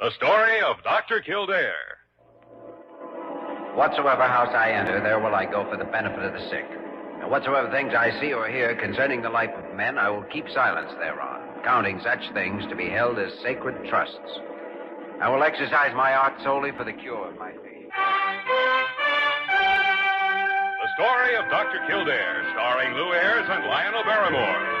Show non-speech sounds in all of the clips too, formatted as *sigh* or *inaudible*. The story of Dr. Kildare. Whatsoever house I enter, there will I go for the benefit of the sick. And whatsoever things I see or hear concerning the life of men, I will keep silence thereon, counting such things to be held as sacred trusts. I will exercise my art solely for the cure of my faith. The story of Dr. Kildare, starring Lou Ayres and Lionel Barrymore.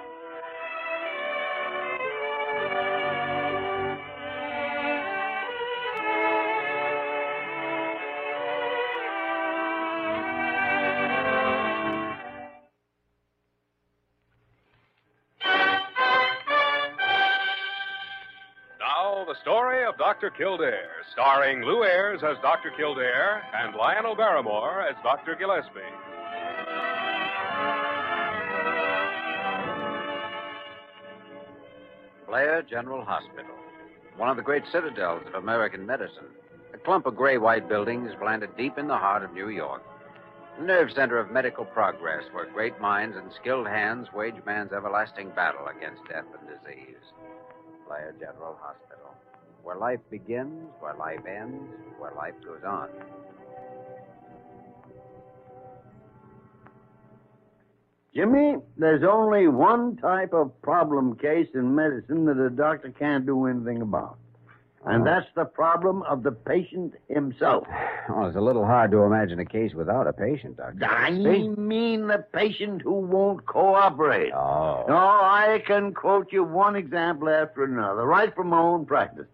Now, the story of Dr. Kildare, starring Lou Ayres as Dr. Kildare and Lionel Barrymore as Dr. Gillespie. Blair General Hospital, one of the great citadels of American medicine. A clump of gray white buildings planted deep in the heart of New York. The nerve center of medical progress where great minds and skilled hands wage man's everlasting battle against death and disease. Blair General Hospital, where life begins, where life ends, where life goes on. *sighs* Jimmy, there's only one type of problem case in medicine that a doctor can't do anything about. And that's the problem of the patient himself. Well, it's a little hard to imagine a case without a patient, Doctor. I mean the patient who won't cooperate. Oh. No, I can quote you one example after another, right from my own practice.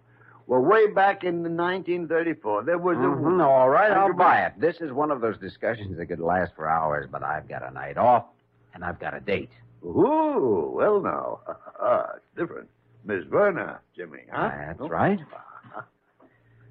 Well, way back in 1934, there was a. Mhm, all right, I'll buy it. This is one of those discussions that could last for hours, but I've got a night off and I've got a date. Ooh, well now, *laughs* it's different. Miss Verna, Jimmy, huh? Uh-huh. That's *laughs* right.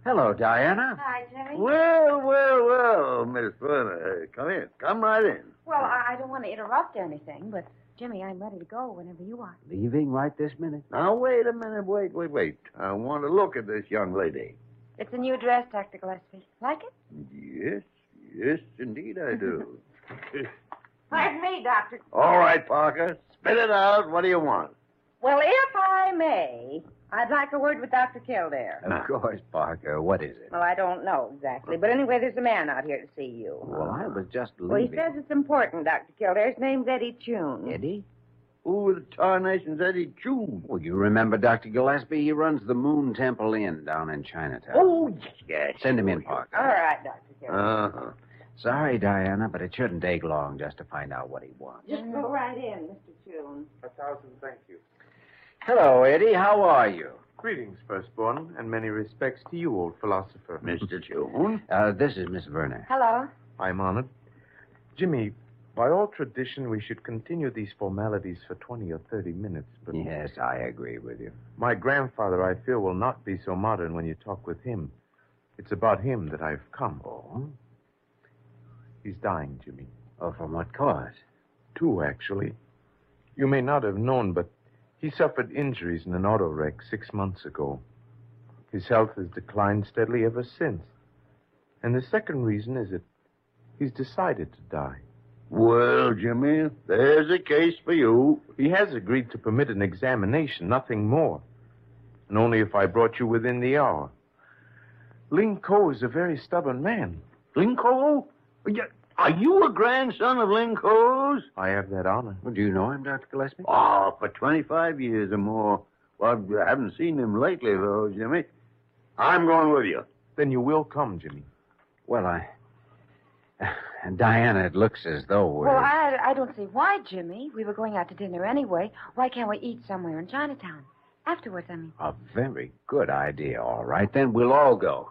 Hello, Diana. Hi, Jimmy. Well, well, well, Miss Verna, uh, come in, come right in. Well, I, I don't want to interrupt anything, but Jimmy, I'm ready to go whenever you are. Leaving right this minute. Now wait a minute, wait, wait, wait. I want to look at this young lady. It's a new dress, Dr. Gillespie. Like it? Yes, yes, indeed I do. Like me, Doctor. All right, Parker, spit it out. What do you want? Well, if I may, I'd like a word with Dr. Kildare. Of course, Parker. What is it? Well, I don't know exactly, but anyway, there's a man out here to see you. Well, I was just Well, he leaving. says it's important, Dr. Kildare. His name's Eddie Chune. Eddie? Who the tarnation's Eddie June? Well, you remember Dr. Gillespie? He runs the Moon Temple Inn down in Chinatown. Oh, yes. Send him in, Parker. All right, Dr. Kildare. Uh-huh. Sorry, Diana, but it shouldn't take long just to find out what he wants. Just go right in, Mr. Chune. A thousand thank you. Hello, Eddie. How are you? Greetings, firstborn, and many respects to you, old philosopher. Mr. June? Uh, this is Miss Verner. Hello. I'm honored. Jimmy, by all tradition, we should continue these formalities for 20 or 30 minutes, but Yes, I agree with you. my grandfather, I fear, will not be so modern when you talk with him. It's about him that I've come. Oh? He's dying, Jimmy. Oh, from what cause? Two, actually. You may not have known, but he suffered injuries in an auto wreck six months ago. His health has declined steadily ever since. And the second reason is that he's decided to die. Well, Jimmy, there's a case for you. He has agreed to permit an examination, nothing more. And only if I brought you within the hour. Ling Ko is a very stubborn man. Linko? Are you a grandson of Linko's? I have that honor. Well, do you know him, Dr. Gillespie? Oh, for 25 years or more. Well, I haven't seen him lately, though, Jimmy. I'm going with you. Then you will come, Jimmy. Well, I. *laughs* Diana, it looks as though we're. Well, I, I don't see why, Jimmy. We were going out to dinner anyway. Why can't we eat somewhere in Chinatown? Afterwards, I mean. A very good idea. All right, then we'll all go.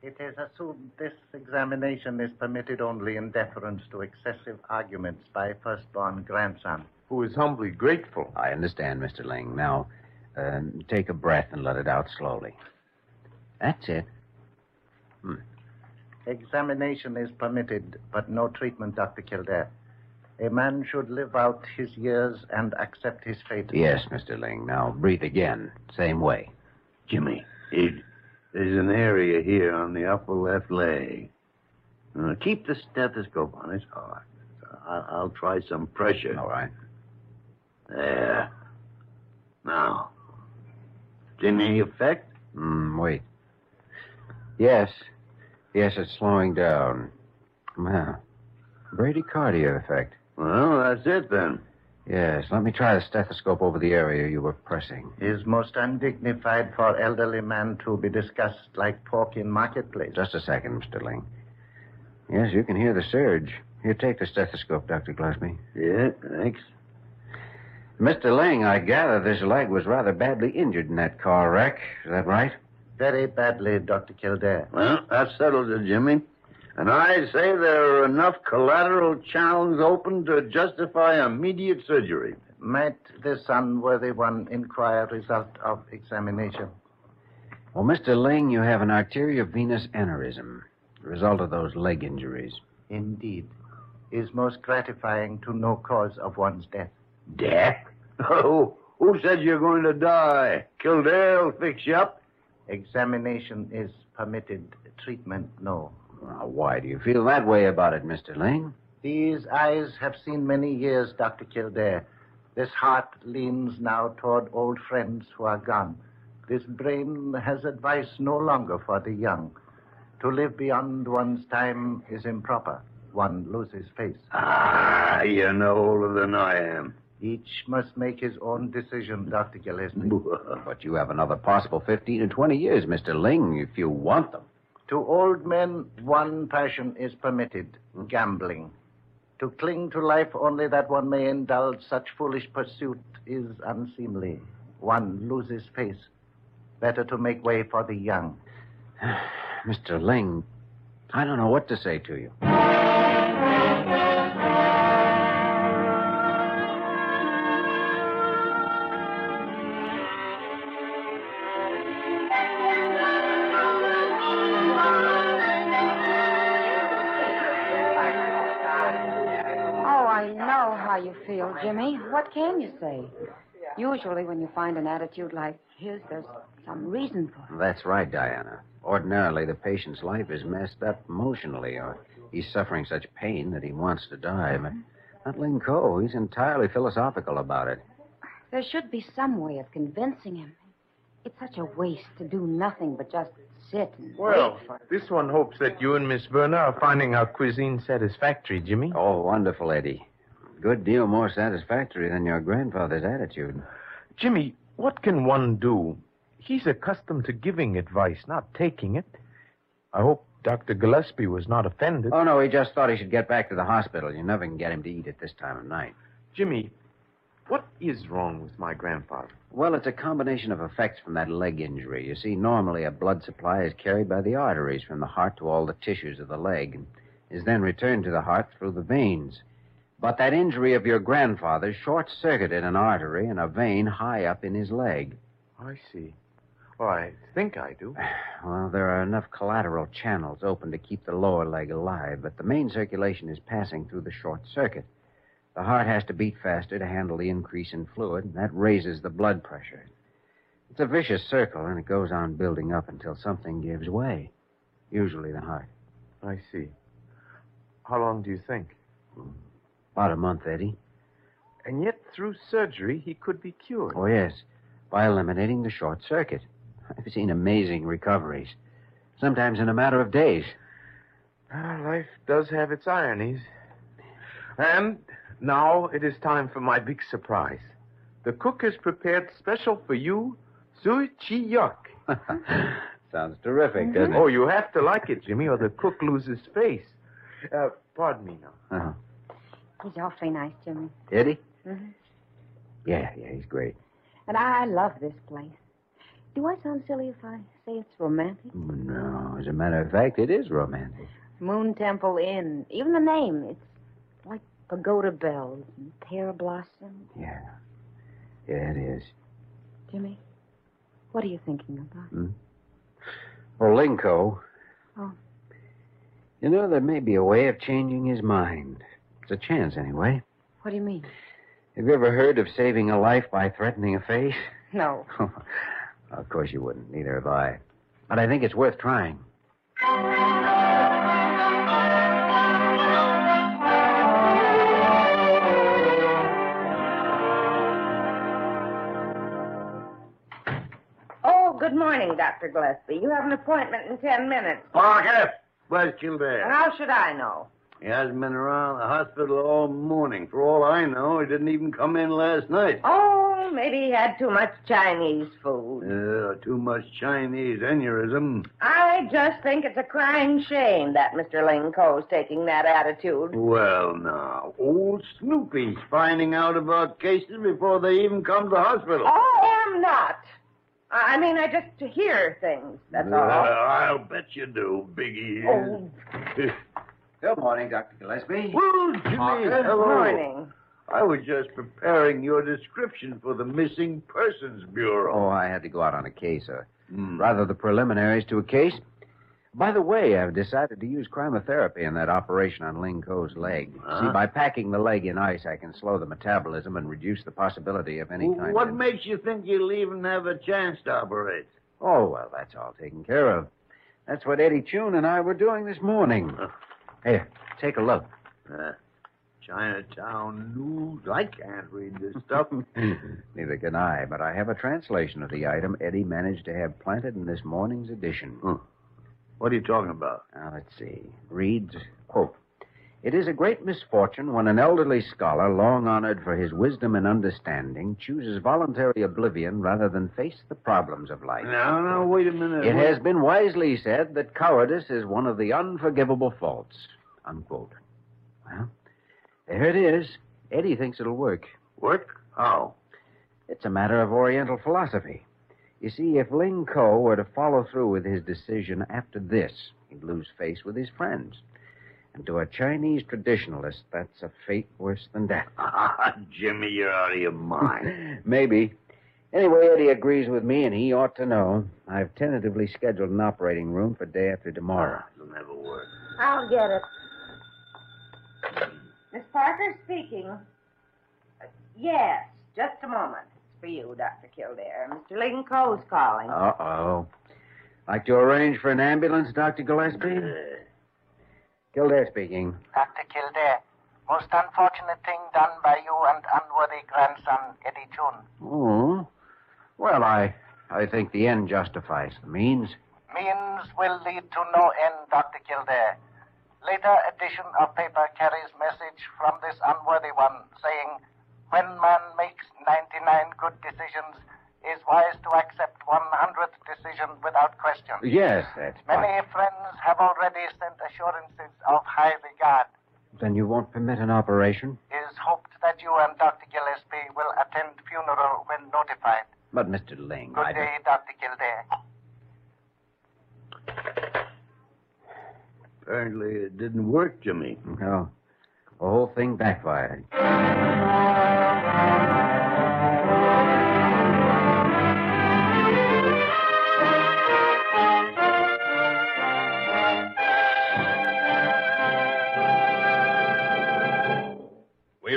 It is assumed this examination is permitted only in deference to excessive arguments by firstborn grandson. Who is humbly grateful. I understand, Mr. Ling. Now, Um, take a breath and let it out slowly. That's it. Examination is permitted, but no treatment, Dr. Kildare. A man should live out his years and accept his fate. Yes, Mr. Ling. Now breathe again. Same way. Jimmy, it, there's an area here on the upper left leg. Uh, keep the stethoscope on. It's all right. I, I'll try some pressure. All right. There. Now. Any effect? Mm, wait. Yes. Yes, it's slowing down. Well, bradycardia effect. Well, that's it then. Yes, let me try the stethoscope over the area you were pressing. Is most undignified for elderly man to be discussed like pork in marketplace. Just a second, Mr. Ling. Yes, you can hear the surge. Here, take the stethoscope, Dr. Gillespie. Yeah, thanks. Mr. Ling, I gather this leg was rather badly injured in that car wreck. Is that right? Very badly, Dr. Kildare. Hmm? Well, that settles it, Jimmy. And I say there are enough collateral channels open to justify immediate surgery. Might this unworthy one inquire result of examination? Well, Mr. Ling, you have an arteriovenous aneurysm, the result of those leg injuries. Indeed. Is most gratifying to know cause of one's death. Death? Oh, who said you're going to die? Kildare will fix you up. Examination is permitted, treatment no. Now, why do you feel that way about it, Mr. Ling? These eyes have seen many years, Dr. Kildare. This heart leans now toward old friends who are gone. This brain has advice no longer for the young. To live beyond one's time is improper. One loses face. Ah, you know older than I am. *laughs* Each must make his own decision, Dr. Gillespie. But you have another possible 15 to 20 years, Mr. Ling, if you want them. To old men, one passion is permitted gambling. To cling to life only that one may indulge such foolish pursuit is unseemly. One loses face. Better to make way for the young. Mr. Ling, I don't know what to say to you. Oh, I know how you feel, Jimmy. What can you say? Usually, when you find an attitude like his, there's some reason for That's right, Diana. Ordinarily, the patient's life is messed up emotionally, or he's suffering such pain that he wants to die. But not Ling Ko. He's entirely philosophical about it. it. There should be some way of convincing him. It's such a waste to do nothing but just sit and Well, wait for this one hopes that you and Miss Verner are finding our cuisine satisfactory, Jimmy. Oh, wonderful, Eddie. Good deal more satisfactory than your grandfather's attitude. Jimmy, what can one do? He's accustomed to giving advice, not taking it. I hope Dr. Gillespie was not offended. Oh, no, he just thought he should get back to the hospital. You never can get him to eat at this time of night. Jimmy, what is wrong with my grandfather? Well, it's a combination of effects from that leg injury. You see, normally a blood supply is carried by the arteries from the heart to all the tissues of the leg and is then returned to the heart through the veins. But that injury of your grandfather short circuited an artery and a vein high up in his leg. I see. Well, I think I do. Well, there are enough collateral channels open to keep the lower leg alive, but the main circulation is passing through the short circuit. The heart has to beat faster to handle the increase in fluid, and that raises the blood pressure. It's a vicious circle, and it goes on building up until something gives way, usually the heart. I see. How long do you think? About a month, Eddie. And yet, through surgery, he could be cured. Oh, yes, by eliminating the short circuit. I've seen amazing recoveries, sometimes in a matter of days. *laughs* Ah, life does have its ironies. And now it is time for my big surprise. The cook has prepared special for you, Zui Chi Yuk. Sounds terrific, doesn't it? Oh, you have to like it, Jimmy, or the cook loses face. Uh, pardon me now. Uh-huh. He's awfully nice, Jimmy. Eddie? Mhm. Yeah, yeah, he's great. And I love this place. Do I sound silly if I say it's romantic? No, as a matter of fact, it is romantic. Moon Temple Inn. Even the name. It's like pagoda bells and pear blossom. Yeah. Yeah, it is. Jimmy, What are you thinking about? Well, Linko. Oh. You know, there may be a way of changing his mind. It's a chance, anyway. What do you mean? Have you ever heard of saving a life by threatening a face? *laughs* No. of course you wouldn't. Neither have I. But I think it's worth trying. Oh, good morning, Dr. Gillespie. You have an appointment in ten minutes. Parker, where's Kildare? How should I know? He hasn't been around the hospital all morning. For all I know, he didn't even come in last night. Oh, maybe he had too much Chinese food. Uh, too much Chinese aneurysm. I just think it's a crying shame that Mr. Ling Ko's taking that attitude. Well, now, old Snoopy's finding out about cases before they even come to hospital. I am not. I I mean, I just hear things, that's Well, all. I'll bet you do, Big Ears. Oh, Good morning, Dr. Gillespie. Well, Uh, Jimmy, Parker. hello. morning. I was just preparing your description for the Missing Persons Bureau. Oh, I had to go out on a case, uh, Hmm. rather the preliminaries to a case. By the way, I've decided to use chromotherapy in that operation on Ling Ko's leg. Huh? See, by packing the leg in ice, I can slow the metabolism and reduce the possibility of any kind What of... makes you think you'll even have a chance to operate? Oh, well, that's all taken care of. That's what Eddie Chun and I were doing this morning. Huh. Here, take a look. *clears throat* Uh, Chinatown news. I can't read this *laughs* stuff. Neither can I, but I have a translation of the item Eddie managed to have planted in this morning's edition. Hmm. what are you talking about? Now, Uh, let's see. Reads, quote, It is a great misfortune when an elderly scholar, long honored for his wisdom and understanding, chooses voluntary oblivion rather than face the problems of life. Now, now, wait a minute. It What- has been wisely said that cowardice is one of the unforgivable faults. Unquote. Well, there it is. Eddie thinks it'll work. Work? How? It's a matter of Oriental philosophy. You see, if Ling Ko were to follow through with his decision after this, he'd lose face with his friends. And to a Chinese traditionalist, that's a fate worse than death. *laughs* Ah, Jimmy, you're out of your mind. Maybe. Anyway, Eddie agrees with me, and he ought to know. I've tentatively scheduled an operating room for day after tomorrow. It'll never work. I'll get it. Miss Parker speaking. Uh, Yes, just a moment. It's for you, Dr. Kildare. Mr. Ling Ko's calling. Uh oh. Like to arrange for an ambulance, Dr. Gillespie? Kildare speaking. Dr. Kildare, most unfortunate thing done by you and unworthy grandson, Eddie June. Oh. Well, I I think the end justifies the means. Means will lead to no end, Dr. Kildare. Later edition of paper carries message from this unworthy one saying, when man makes 99 good decisions, is wise to accept 100th decision without question. Yes, that's fine. Many friends have already sent assurances of high regard. Then you won't permit an operation? Is hoped that you and Dr. Gillespie will attend funeral when notified. But, Mr. Ling, I... Good day, Dr. Kildare. Apparently, it didn't work, Jimmy. No. The whole thing backfired. We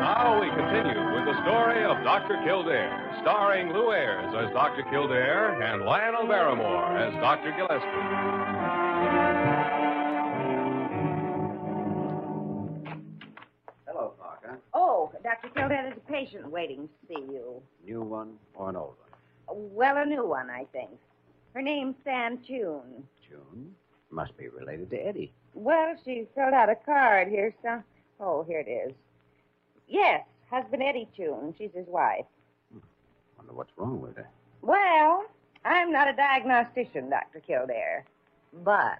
Now we continue with the story of Dr. Kildare, starring Lou Ayres as Dr. Kildare and Lionel Barrymore as Dr. Gillespie. Hello, Parker. Oh, Dr. Kildare, there's a patient waiting to see you. New one or an old one? Well, a new one, I think. Her name's San Tune. June? Must be related to Eddie. Well, she filled out a card here, some. Oh, here it is. Yes, husband Eddie Tune. She's his wife. Wonder what's wrong with her. Well, I'm not a diagnostician, Dr. Kildare. But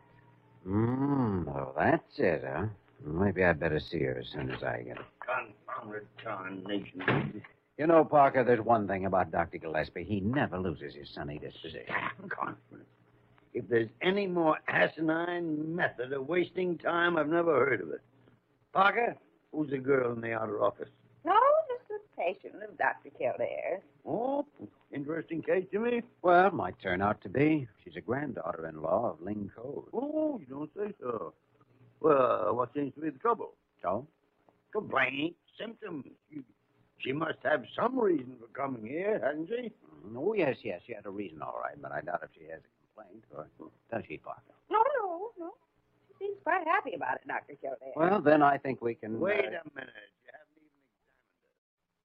Mmm, So that's it, huh? Maybe I'd better see her as soon as I get her. Confounded tarnation. You know, Parker, there's one thing about Dr. Gillespie. He never loses his sunny disposition. Ah, Confounded. If there's any more asinine method of wasting time, I've never heard of it. Parker, who's the girl in the outer office? No, just a patient of Dr. Kildare's. Oh, interesting case, Jimmy. Well, might turn out to be. She's a granddaughter-in-law of Ling Cove. Oh, you don't say so. Well, what seems to be the trouble? So? Complaint, symptoms. She, she must have some reason for coming here, hasn't she? Mm, Oh, yes, yes, she had a reason, all right, but I doubt if she has a complaint, or does she, Parker? No, no, no. She seems quite happy about it, Dr. Kildare. Well, then I think we can... Hmm. Wait a uh, minute. You haven't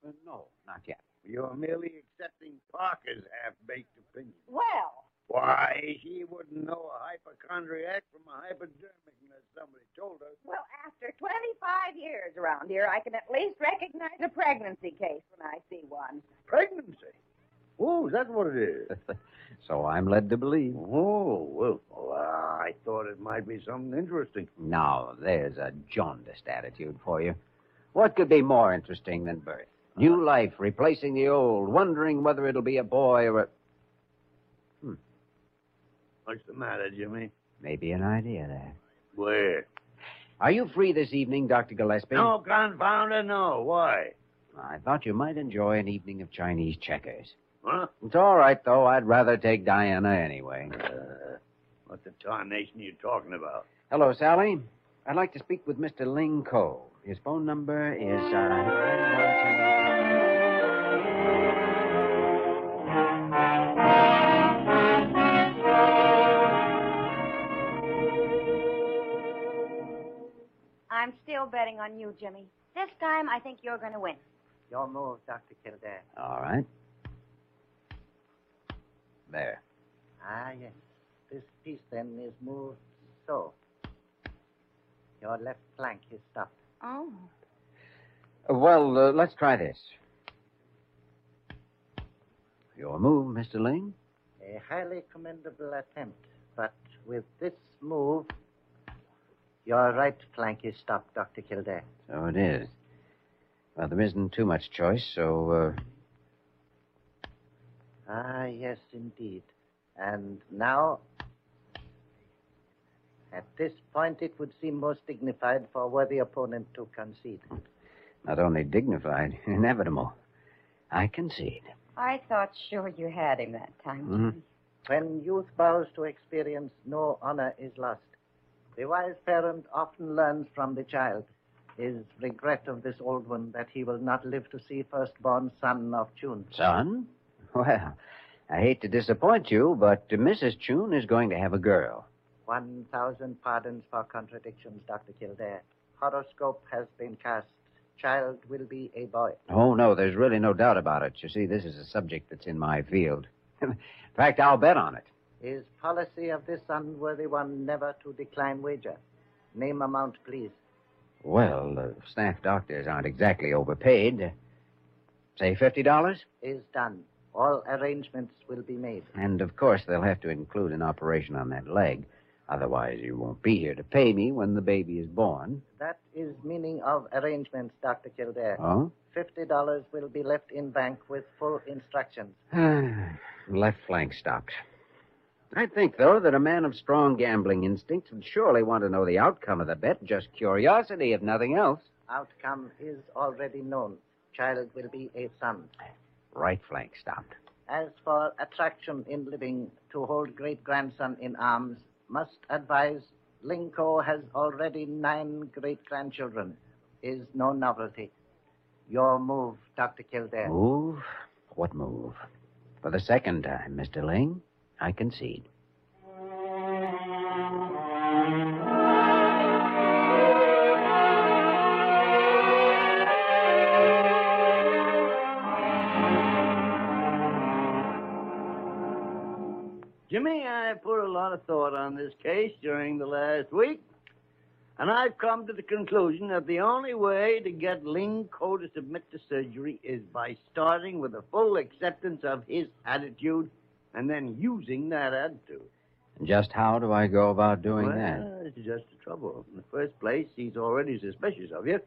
even. uh, No, not yet. You're merely accepting Parker's half-baked opinion. Well, Why, she wouldn't know a hypochondriac from a hypodermic unless somebody told her. well, after 25 years around here, I can at least recognize a pregnancy case when I see one. Pregnancy. Oh, is that what it is? So I'm led to believe. Oh, well, well, I thought it might be something interesting. Now, there's a jaundiced attitude for you. What could be more interesting than birth? New life replacing the old, wondering whether it'll be a boy or a. Hmm. What's the matter, Jimmy? Maybe an idea there. Where? Are you free this evening, Dr. Gillespie? No, confound her, no. Why? I thought you might enjoy an evening of Chinese checkers. Huh? It's all right, though. I'd rather take Diana anyway. Uh, what the tarnation are you talking about? Hello, Sally. I'd like to speak with Mr. Ling Cole. His phone number is. Uh... I'm still betting on you, Jimmy. This time, I think you're going to win. Your move, Dr. Kildare. All right. There. Ah, yes. This piece then is moved so. Your left flank is stopped. Oh. Uh, Well, uh, let's try this. Your move, Mr. Ling. A highly commendable attempt, but with this move, your right flank is stopped, Dr. Kildare. So it is. Well, there isn't too much choice, so, uh, Ah, yes, indeed. And now, at this point, it would seem most dignified for a worthy opponent to concede. not only dignified, *laughs* inevitable. I concede. I thought sure you had him that time, Hmm. Jimmy. When youth bows to experience, no honor is lost. The wise parent often learns from the child his regret of this old one that he will not live to see firstborn son of June. Son? *laughs* Well, I hate to disappoint you, but uh, Mrs. Chun is going to have a girl. 1,000 pardons for contradictions, Dr. Kildare. Horoscope has been cast. Child will be a boy. Oh, no, there's really no doubt about it. You see, this is a subject that's in my field. *laughs* in fact, I'll bet on it. His policy of this unworthy one never to decline wager. Name amount, please. Well, uh, staff doctors aren't exactly overpaid. Say $50? Is done. All arrangements will be made. And of course, they'll have to include an operation on that leg. Otherwise, you won't be here to pay me when the baby is born. That is meaning of arrangements, Dr. Kildare. Oh? $50 will be left in bank with full instructions. *sighs* Left flank stopped. I think, though, that a man of strong gambling instincts would surely want to know the outcome of the bet, just curiosity, if nothing else. Outcome is already known. Child will be a son. Right flank stopped. As for attraction in living, to hold great grandson in arms, must advise Linko has already nine great grandchildren. Is no novelty. Your move, Dr. Kildare. Move? What move? For the second time, Mr. Ling, I concede. Jimmy, I put a lot of thought on this case during the last week, and I've come to the conclusion that the only way to get Ling Ko to submit to surgery is by starting with a full acceptance of his attitude and then using that attitude. Just how do I go about doing that? Well, uh, it's just the trouble. In the first place, he's already suspicious of you.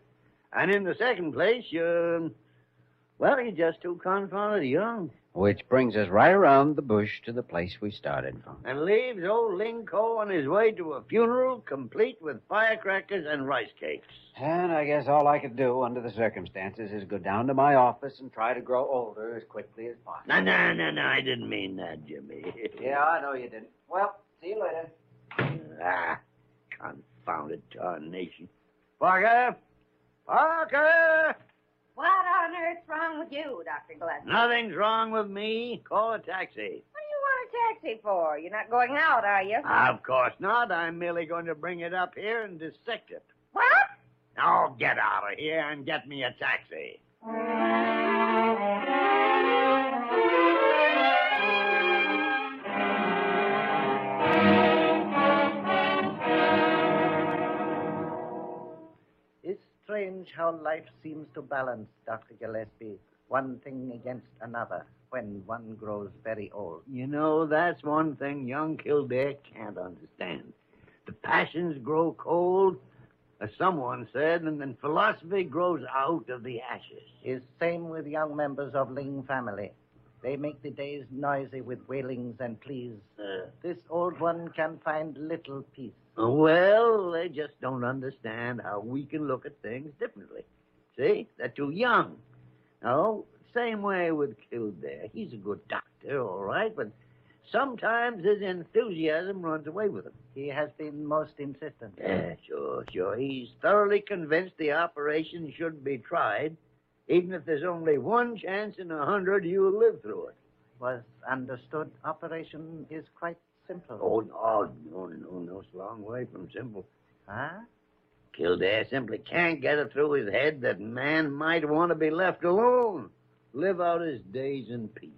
And in the second place, you're. Well, you're just too confounded young. Which brings us right around the bush to the place we started from. And leaves old Linco on his way to a funeral complete with firecrackers and rice cakes. And I guess all I could do under the circumstances is go down to my office and try to grow older as quickly as possible. No, no, no, no, I didn't mean that, Jimmy. Yeah, I know you didn't. Well, see you later. *laughs* Ah, confounded tarnation. Parker! Parker! What on earth's wrong with you, Dr. Gillespie? Nothing's wrong with me. Call a What taxi. do you want a taxi for? You're not going out, are you? Uh, Of course not. I'm merely going to bring it up here and dissect it. What? Now get out of here and get me a taxi. It's strange how life seems to balance, Dr. Gillespie, one thing against another when one grows very old. You know, that's one thing young Kildare can't understand. The passions grow cold, as someone said, and then philosophy grows out of the ashes. Is same with young members of Ling family. They make the days noisy with wailings and pleas. Uh. This old one can find little peace. Well, they just don't understand how we can look at things differently. See, they're too young. No, same way with Kildare. He's a good doctor, all right, but sometimes his enthusiasm runs away with him. He has been most insistent. Yeah, Eh, sure, sure. He's thoroughly convinced the operation should be tried, even if there's only one chance in a hundred you'll live through it. Was understood operation is quite simple. Oh, no, no, no, no. It's a long way from simple. Huh? Kildare simply can't get it through his head that man might want to be left alone, live out his days in peace.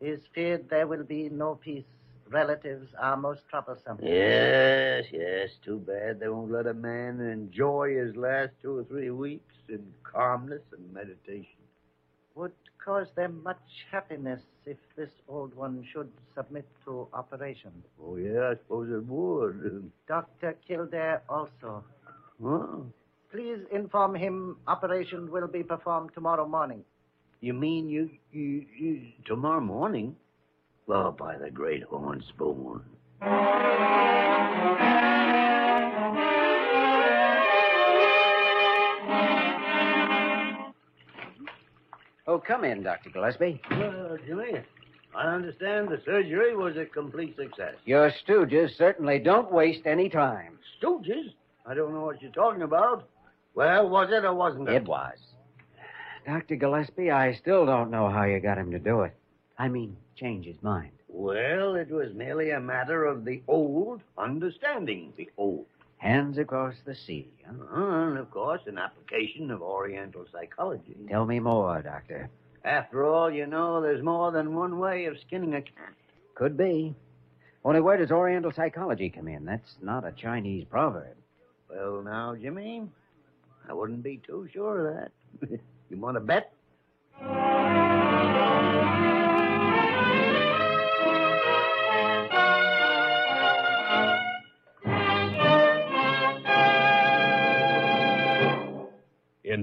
Is feared there will be no peace. Relatives are most troublesome. Yes, yes, too bad they won't let a man enjoy his last two or three weeks in calmness and meditation. Would cause them much happiness if this old one should submit to operation. Oh, yeah, I suppose it would. *laughs* Dr. Kildare also. Oh. Please inform him operation will be performed tomorrow morning. You mean you, you, you tomorrow morning? Well, by the great horn spoon. Oh, come in, Dr. Gillespie. Well, Jimmy, I understand the surgery was a complete success. Your stooges certainly don't waste any time. Stooges? I don't know what you're talking about. Well, was it or wasn't it? It was. Dr. Gillespie, I still don't know how you got him to do it. I mean, change his mind. Well, it was merely a matter of the old understanding the old. uh-huh, Hands across the sea. Huh? And, of course, an application of Oriental psychology. Tell me more, Doctor. After all, you know, there's more than one way of skinning a cat. Could be. Only where does Oriental psychology come in? That's not a Chinese proverb. Well, now, Jimmy, I wouldn't be too sure of that. *laughs* you want to bet? In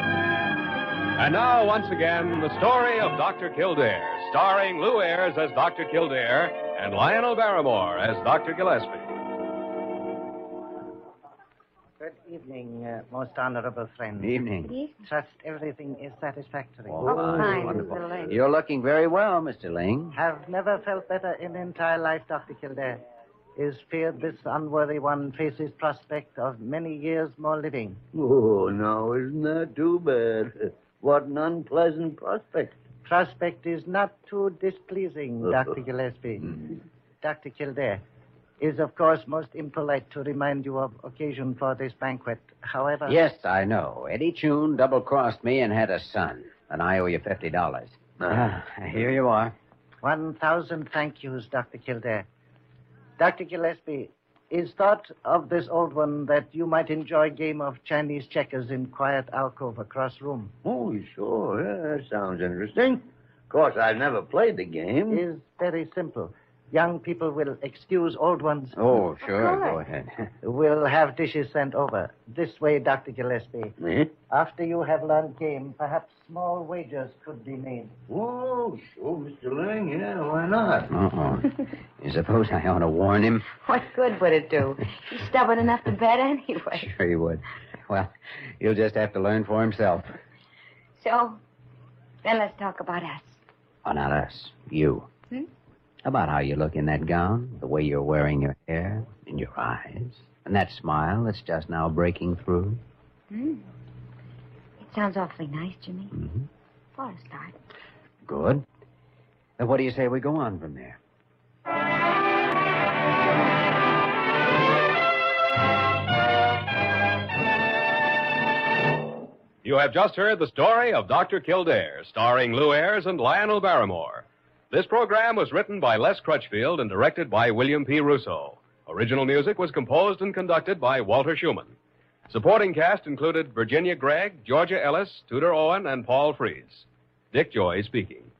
And now, once again, the story of Dr. Kildare, starring Lou Ayres as Dr. Kildare and Lionel Barrymore as Dr. Gillespie. Good evening, uh, most honorable friend. Evening. Yes. Trust everything is satisfactory. Oh, fine, wonderful. Mr. Ling. You're looking very well, Mr. Ling. Have never felt better in entire life, Dr. Kildare. is feared this unworthy one faces prospect of many years more living. Oh, now, isn't that too bad? What an unpleasant prospect. Prospect is not too displeasing, Dr. Gillespie. Dr. Kildare is, of course, most impolite to remind you of occasion for this banquet. However, Yes, I know. Eddie Chune double crossed me and had a son. And I owe you $50. Ah, here you are. 1,000 thank yous, Dr. Kildare. Dr. Gillespie, is thought of this old one that you might enjoy game of Chinese checkers in quiet alcove across room? Oh, sure. Yeah, that sounds interesting. Of course, I've never played the Hmm. game. Is very simple. Young people will excuse old ones. Oh, sure. course. Go ahead. We'll have dishes sent over. This way, Dr. Gillespie. *laughs* Eh? After you have learned game, perhaps small wagers could be made. Oh, sure, Mr. Lang. Yeah, why not? Uh-oh. You suppose I ought to warn him? *laughs* What good would it do? He's stubborn enough to bet anyway. Sure you would. Well, he'll just have to learn for himself. So, then let's talk about us. Oh, not us. You. Hmm? About how you look in that gown, the way you're wearing your hair, and your eyes, and that smile that's just now breaking through. Hmm. It sounds awfully nice, Jimmy. Mm-hmm. For a start. Good. Then what do you say we go on from there? You have just heard the story of Dr. Kildare, starring Lou Ayres and Lionel Barrymore. This program was written by Les Crutchfield and directed by William P. Russo. Original music was composed and conducted by Walter Schumann. Supporting cast included Virginia Gregg, Georgia Ellis, Tudor Owen, and Paul Fries. Dick Joy speaking.